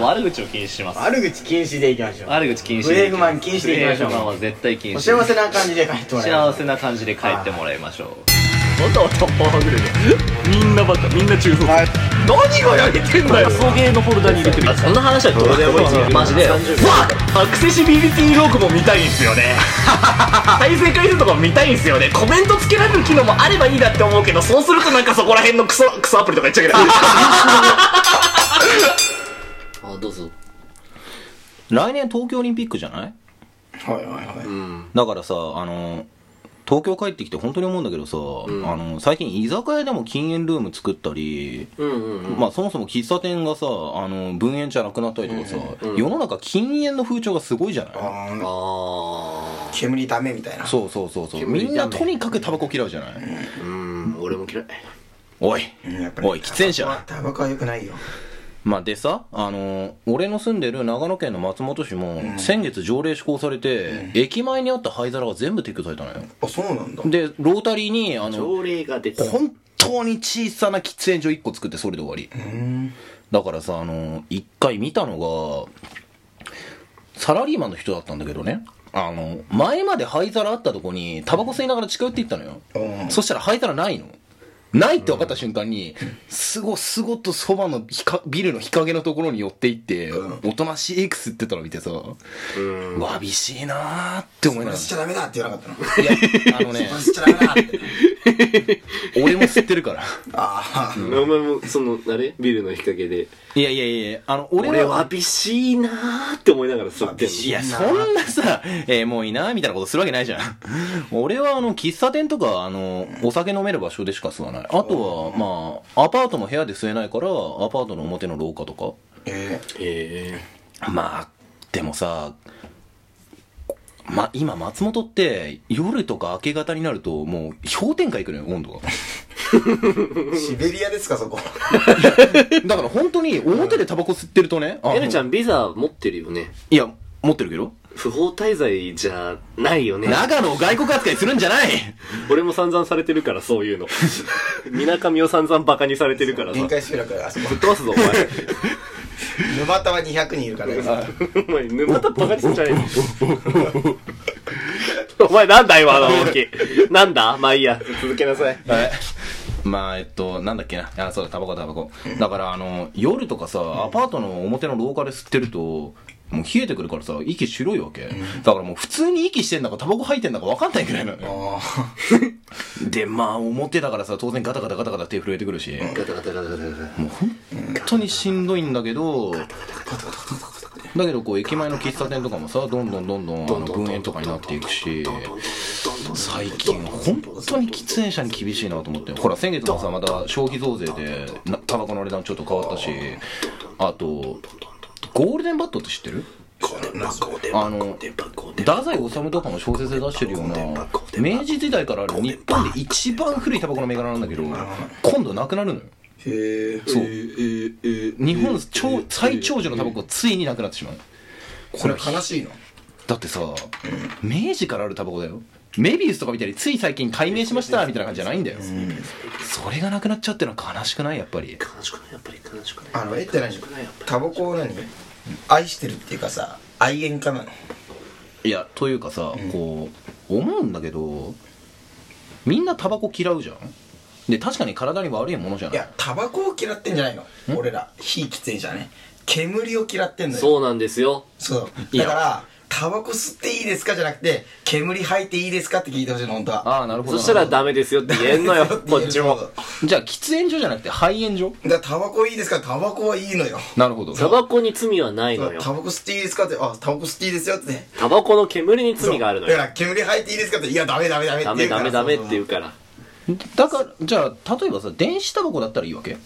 悪口を禁止します悪口禁止でいきましょう悪口禁止ブレーフマン禁止でいきましょうブレーフマンは絶対禁止お幸せな感じで帰ってもらいま幸すせな感じで帰ってもらいましょうまたまたパワハグレじゃんみんなバカみんな中卒はい何がやりてんだよ送迎のフォルダに入れてみそんな話はどうでもいいマジでアクセシビリティログも見たいんすよね 再生回数とかも見たいんすよねコメントつけられる機能もあればいいなって思うけどそうするとなんかそこら辺のクソクソアプリとか言っちゃうけ どあどうぞ来年東京オリンピックじゃないはいはいはいだからさあの東京帰ってきて本当に思うんだけどさ、あの最近居酒屋でも禁煙ルーム作ったり、まあそもそも喫茶店がさあの分煙じゃなくなったりとかさ、世の中禁煙の風潮がすごいじゃない、あーあ煙ダメみたいなそうそうそうそうみんなとにかくタバコ嫌うじゃない、ーうん俺も嫌いおいうんやっぱりおい喫煙者タバコは良くないよまあでさ、あの俺の住んでる長野県の松本市も、先月条例施行されて、駅前にあった灰皿が全部撤去されたのよ。あそうなんだで、ロータリーに、あの、条例が出て本当に小さな喫煙所1個作ってそれで終わり。だからさ、あの一回見たのが、サラリーマンの人だったんだけどね、あの、前まで灰皿あったとこに、タバコ吸いながら近寄っていったのよ。うんそしたら灰皿ないの。ないって分かった瞬間に、すごすごとそばの日かビルの日陰のところに寄っていって、おとなしいく吸ってたの見てさ、わびしいなーって思いなが吸っちゃダメだって言わなかったのら。いや、あのね、吸っちゃダメだって俺も吸ってるから。ああお前もそのあれビルの日陰で いやいやいや、あの、俺俺ははびしいなーって思いながら座ってんいや、いいなそんなさ、えーもういいな、みたいなことするわけないじゃん。俺は、あの、喫茶店とか、あの、お酒飲める場所でしか吸わない。あとは、まあ、アパートも部屋で吸えないから、アパートの表の廊下とか。えのへまあ、でもさ、ま、今、松本って、夜とか明け方になると、もう、氷点下いくのよ、温度 が。えシベリアですかそこだから本当に、表でタバコ吸ってるとね、えあのエルちゃんビザ持ってるよねいや、持ってるけど。不法滞在じゃないよね長野を外国扱いするんじゃない俺も散々されてるからそういうのみなかみを散々バカにされてるからさ限界集落あそこぶっ飛ばすぞ沼田は200人いるからよお前お前沼田バカにすんじゃねえよお前なんだ今の動きなんだまあいいや続けなさいはい。まあ、えっと、なんだっけな。あ、そうだ、タバコタバコ。だから、あの、夜とかさ、アパートの表の廊下で吸ってると、もう冷えてくるからさ、息白いわけ。だからもう普通に息してんだか、タバコ吐いてんだか分かんないぐらいなのよ。ああで、まあ、表だからさ、当然ガタガタガタガタ手震えてくるし、ガタガタガタガタガタもう本当にしんどいんだけど、だけどこう、駅前の喫茶店とかもさ、どんどんどんどん、あの、分煙とかになっていくし、最近本当に喫煙者に厳しいなと思ってほら先月もさまた消費増税でなタバコの値段ちょっと変わったしあとゴールデンバットって知ってるあの太宰治とかも小説で出してるような明治時代からある日本で一番古いタバコの銘柄なんだけど今度なくなるのよへえそう日本超最長寿のタバコがついになくなってしまうこれ悲しいのだってさ明治からあるタバコだよメビウスとかみたいについ最近解明しましたみたいな感じじゃないんだよそれがなくなっちゃうってのは悲しくないやっぱり悲しくないやっぱり悲しくないあのえって何悲しくないやっぱりタバコを何愛してるっていうかさ愛煙家なのいやというかさこう思うんだけどみんなタバコ嫌うじゃんで確かに体に悪いものじゃいないやタバコを嫌ってんじゃないの俺ら非喫煙者ね煙を嫌ってんのよそうなんですよそういやだからタバコ吸っていいですかじゃなくて煙吐いていいですかって聞いてほしいの本当はああなるほどそしたらなるダメですよって言えん のよこっちもそうほどじゃあ喫煙所じゃなくて肺炎所だからタバコいいですかタバコはいいのよなるほどタバコに罪はないタのバよコ吸っていいですかってあタバコ吸っていいですよってねタバコの煙に罪があるのそうだよから煙吐いていいですかっていやダメダメダメってダ言メうかダらメダメって言うそからだからじゃあ例えばさ電子タバコだったらいいわけう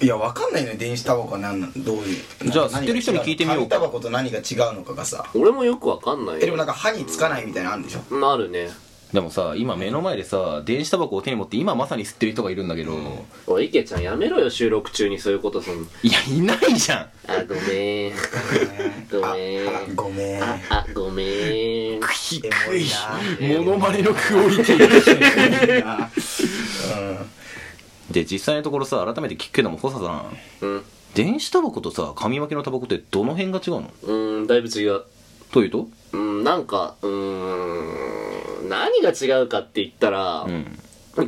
いやわかんないのよ電子タバコは何なのどういうじゃあ何が吸ってる人に聞いてみよう紙タバコと何が違うのかがさ俺もよくわかんないえでもよなんか歯につかないみたいなのあるんでしょうんあるねでもさ今目の前でさ電子タバコを手に持って今まさに吸ってる人がいるんだけど、おい池ちゃんやめろよ収録中にそういうことそのいや、いないじゃん。あごめんごあめあんごめんああごめん低エモいなモノマネのクオリティ。で、実際のところさ、改めて聞くけども、細田さん。うん電子タバコとさ紙巻きのタバコってどの辺が違うのうーん、だいぶ違う。というとうん、なんか、うーん、何が違うかって言ったら、うん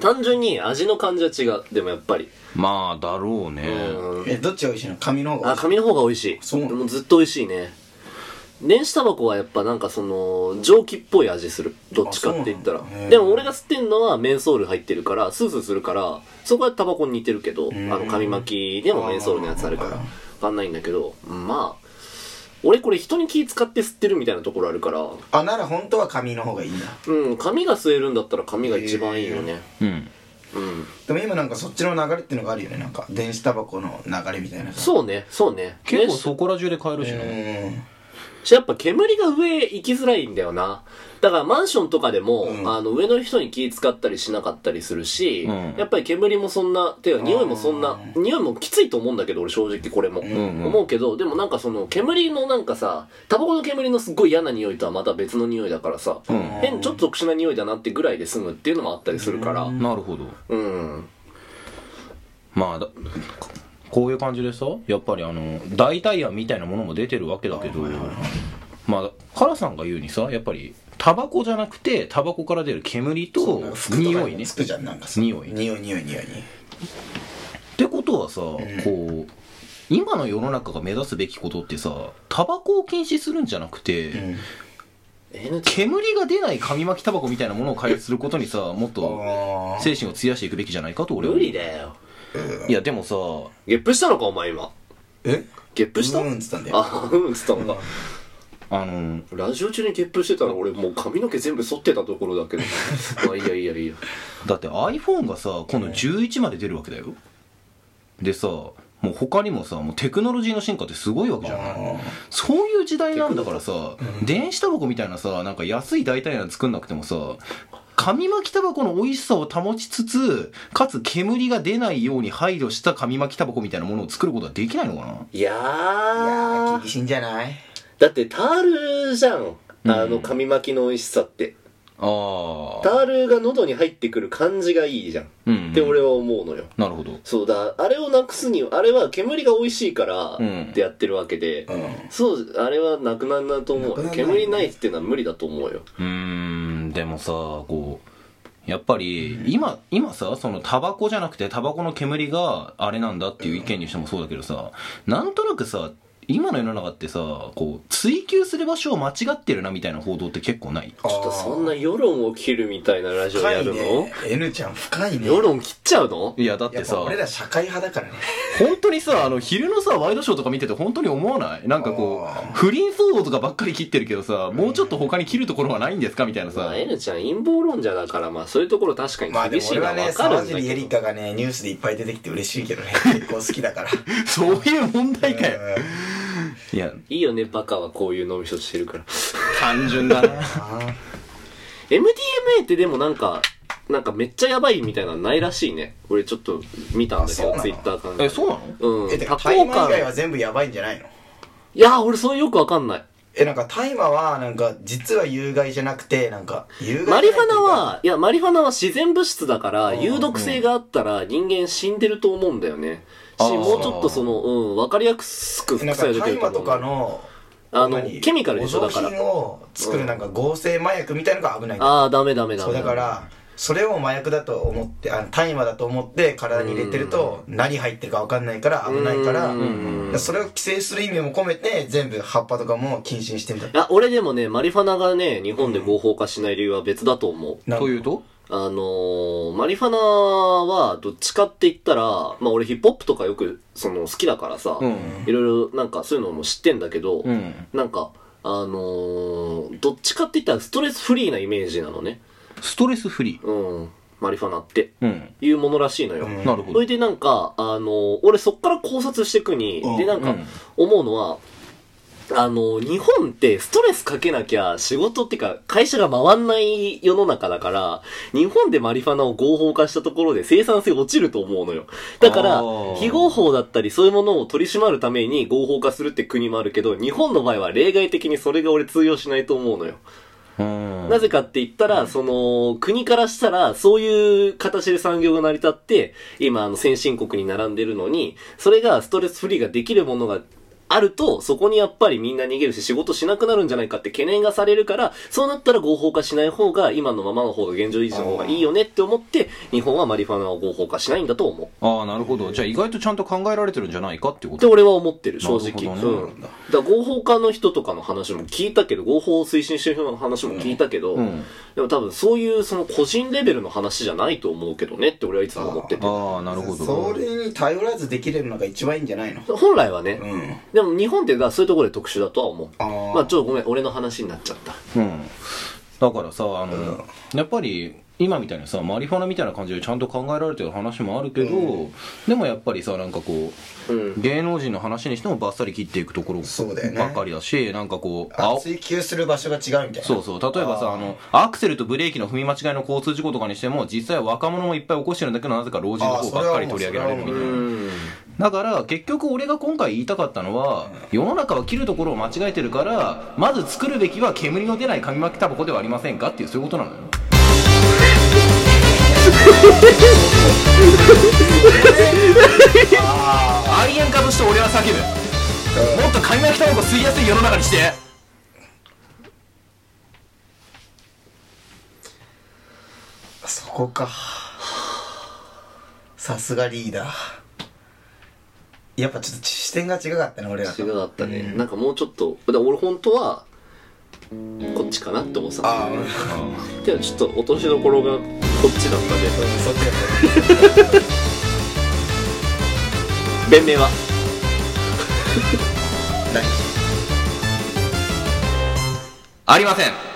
単純に味の感じは違う。でもやっぱり。まあだろうね、うん。 え、どっちが美味しいの紙の方あ、が紙の方が美味しい。そうなのもずっと美味しいね。電子タバコはやっぱなんかその、蒸気っぽい味する。どっちかって言ったあらそうなんだへ。ーでも俺が吸ってんのはメンソール入ってるから、スースーするから、そこはタバコに似てるけど、あんの紙巻きでもメンソールのやつあるから、あーわかんないんだけど、まあ、俺これ人に気使って吸ってるみたいなところあるから、あ、なら本当は紙の方がいいんだ。うん、紙が吸えるんだったら紙が一番いいよね。うんうん。でも今なんかそっちの流れっていうのがあるよね。なんか電子タバコの流れみたいなさ。そうね、そうね。結構ねそこら中で買えるしな、うん。やっぱ煙が上へ行きづらいんだよな。だからマンションとかでも、うんあの上の人に気使ったりしなかったりするし、うんやっぱり煙もそんな、ていうか匂いもそんな、あ匂いもきついと思うんだけど、俺正直これも。ん思うけど、でもなんかその煙のなんかさ、タバコの煙のすっごい嫌な匂いとはまた別の匂いだからさ、ん変、ちょっと特殊な匂いだなってぐらいで済むっていうのもあったりするから、なるほどうん。まあだこういう感じでさやっぱりあの代替案みたいなものも出てるわけだけどまあカラさんが言うにさやっぱりタバコじゃなくてタバコから出る煙となんか服とかに匂もいねっつくじゃん、なんかさ匂い匂い、匂い、匂い。てことはさこう今の世の中が目指すべきことってさタバコを禁止するんじゃなくて、うん。 NG 煙が出ない紙巻きタバコみたいなものを開発することにさもっとあー精神を費やしていくべきじゃないかと俺は無思う理だよ。いやでもさゲップしたのか、お前今。えゲップした、うんっつったんだよ。あ、うんっつったのか。あのラジオ中にゲップしてたら俺もう髪の毛全部剃ってたところだ けど。まあいいやいいやいいや。だって iPhone がさ今度11まで出るわけだよでさもう他にもさもうテクノロジーの進化ってすごいわけじゃないそういう時代なんだからさ、電子タバコみたいなさなんか安い代替案作んなくてもさ紙巻きタバコの美味しさを保ちつつかつ煙が出ないように配慮した紙巻きタバコみたいなものを作ることはできないのかないやいやーー、厳しいんじゃないだってタールじゃん。あの髪巻きの美味しさって。あタールが喉に入ってくる感じがいいじゃん。うんって俺は思うのよ。なるほどそうだ、あれをなくすには、あれは煙が美味しいからうんってやってるわけで、うん。そう、あれはなくなるなと思なくう。ならない煙ないってのは無理だと思うよ。うーんでもさこうやっぱり今今さそのタバコじゃなくてタバコの煙があれなんだっていう意見にしてもそうだけどさなんとなくさ今の世の中ってさこう追求する場所を間違ってるなみたいな報道って結構ないちょちょっとそんな世論を切るみたいなラジオ深やいるの、ね。N ちゃん深いね。世論切っちゃうのいやだっやてっぱさ俺ら社会派 だからね。本当にさあの昼のさワイドショーとか見てて本当に思わないなんかこあーう不倫騒動とかばっかり切ってるけどさもうちょっと他に切るところはないんですかみたいまなさあ、N ちゃん陰謀論者だから、まあ、そういうところ確かにまあで厳もしい俺のははね、わかる沢んだ尻けエリど。カがね、ニュースでいっぱい出てきて嬉し いけどね。結構好きだから。そういう問題かようんいやいいよね、バカはこういう脳みそしてるから。単純だな MDMA ってでもなんか、なんかめっちゃやばいみたいなのないらしいね。俺ちょっと見たんだけあそうどな、のツイッターから。えそうなのうえ、ん。て多か、タイ幸マー以外は感。全部やばいんじゃないのいやー、俺それよくわかんない。え、なんか大麻は、なんか、実は有害じゃなくて、なんか、有害じゃなマいってリいうファかナ、は、いや、マリファナは自然物質だから、有毒性があったら人間死んでると思うんだよね。あし、ーもうちょっとその、うん、わかりやすくな副んか作用出て大ると思麻とう。かの、あの何ケミカルでしょおだ雑から品を作るなんか合成麻薬みたいのが危ないんだよああ、ダメダメダそメ。うだから、それを麻薬だと思って、あの大麻だと思って体に入れてると、何入ってるか分かんないから危ないから、それを規制する意味も込めて、全部葉っぱとかも禁止にしてんだい。や、俺でもね、マリファナがね、日本で合法化しない理由は別だと思う。なんかというとあのー、マリファナはどっちかって言ったら、まあ俺ヒップホップとかよくその好きだからさ、うんいろいろなんかそういうのも知ってんだけど、うんなんか、あのー、どっちかって言ったらストレスフリーなイメージなのね。ストレスフリうん。マリファナって。ー。うん。いうものらしいのよ。うんなるほそれど。でなんか、あの、俺そっから考察していくに、うんでなんうかん思うのは、あの、日本ってストレスかけなきゃ仕事ってか会社が回んない世の中だから、日本でマリファナを合法化したところで生産性落ちると思うのよ。だからあー、非合法だったりそういうものを取り締まるために合法化するって国もあるけど、日本の場合は例外的にそれが俺通用しないと思うのよ。うんなぜかって言ったら、その、国からしたら、そういう形で産業が成り立って、今、あの、先進国に並んでるのに、それがストレスフリーができるものが、あると、そこにやっぱりみんな逃げるし、仕事しなくなるんじゃないかって懸念がされるから、そうなったら合法化しない方が、今のままの方が現状維持の方がいいよねって思って、日本はマリファナを合法化しないんだと思う。ああなるほどじゃあ意外とちゃんと考えられてるんじゃないかっていうこってと俺は思ってる、正直。なるほどうねん。だから合法化の人とかの話も聞いたけど、合法を推進してる人の話も聞いたけど、うんでも多分そういうその個人レベルの話じゃないと思うけどねって俺はいつも思ってて。ああなるほどそれに頼らずできるのが一番いいんじゃないの本来はね、うんでも日本ってだそういうところで特殊だとは思う。あーまあちょっとごめん、俺の話になっちゃった。うん、だからさあの、やっぱり今みたいなさマリファナみたいな感じでちゃんと考えられてる話もあるけど、でもやっぱりさなんかこう、うん芸能人の話にしてもバッサリ切っていくところそうだよねばっかりだしなんかこうあ青追求する場所が違うみたいなそうそう例えばさあのアクセルとブレーキの踏み間違いの交通事故とかにしても実際は若者もいっぱい起こしてるんだけどなぜか老人の方ばっかり取り上げられるみたいなあーそれはもうそれはもううんうん。だから結局俺が今回言いたかったのは世の中は切るところを間違えてるからまず作るべきは煙の出ない紙巻きタバコではありませんかっていうそういうことなのよアイアン株して俺は叫ぶもっと紙巻きタバコ吸いやすい世の中にしてそこかさすがリーダーやっぱちょっと視点が違かったね俺らと違かったね、なんかもうちょっと、だから俺本当は、こっちかなって思ってた。ああうんけどちょっと落としどころがこっちだったんで、そっちやった弁明は。ありません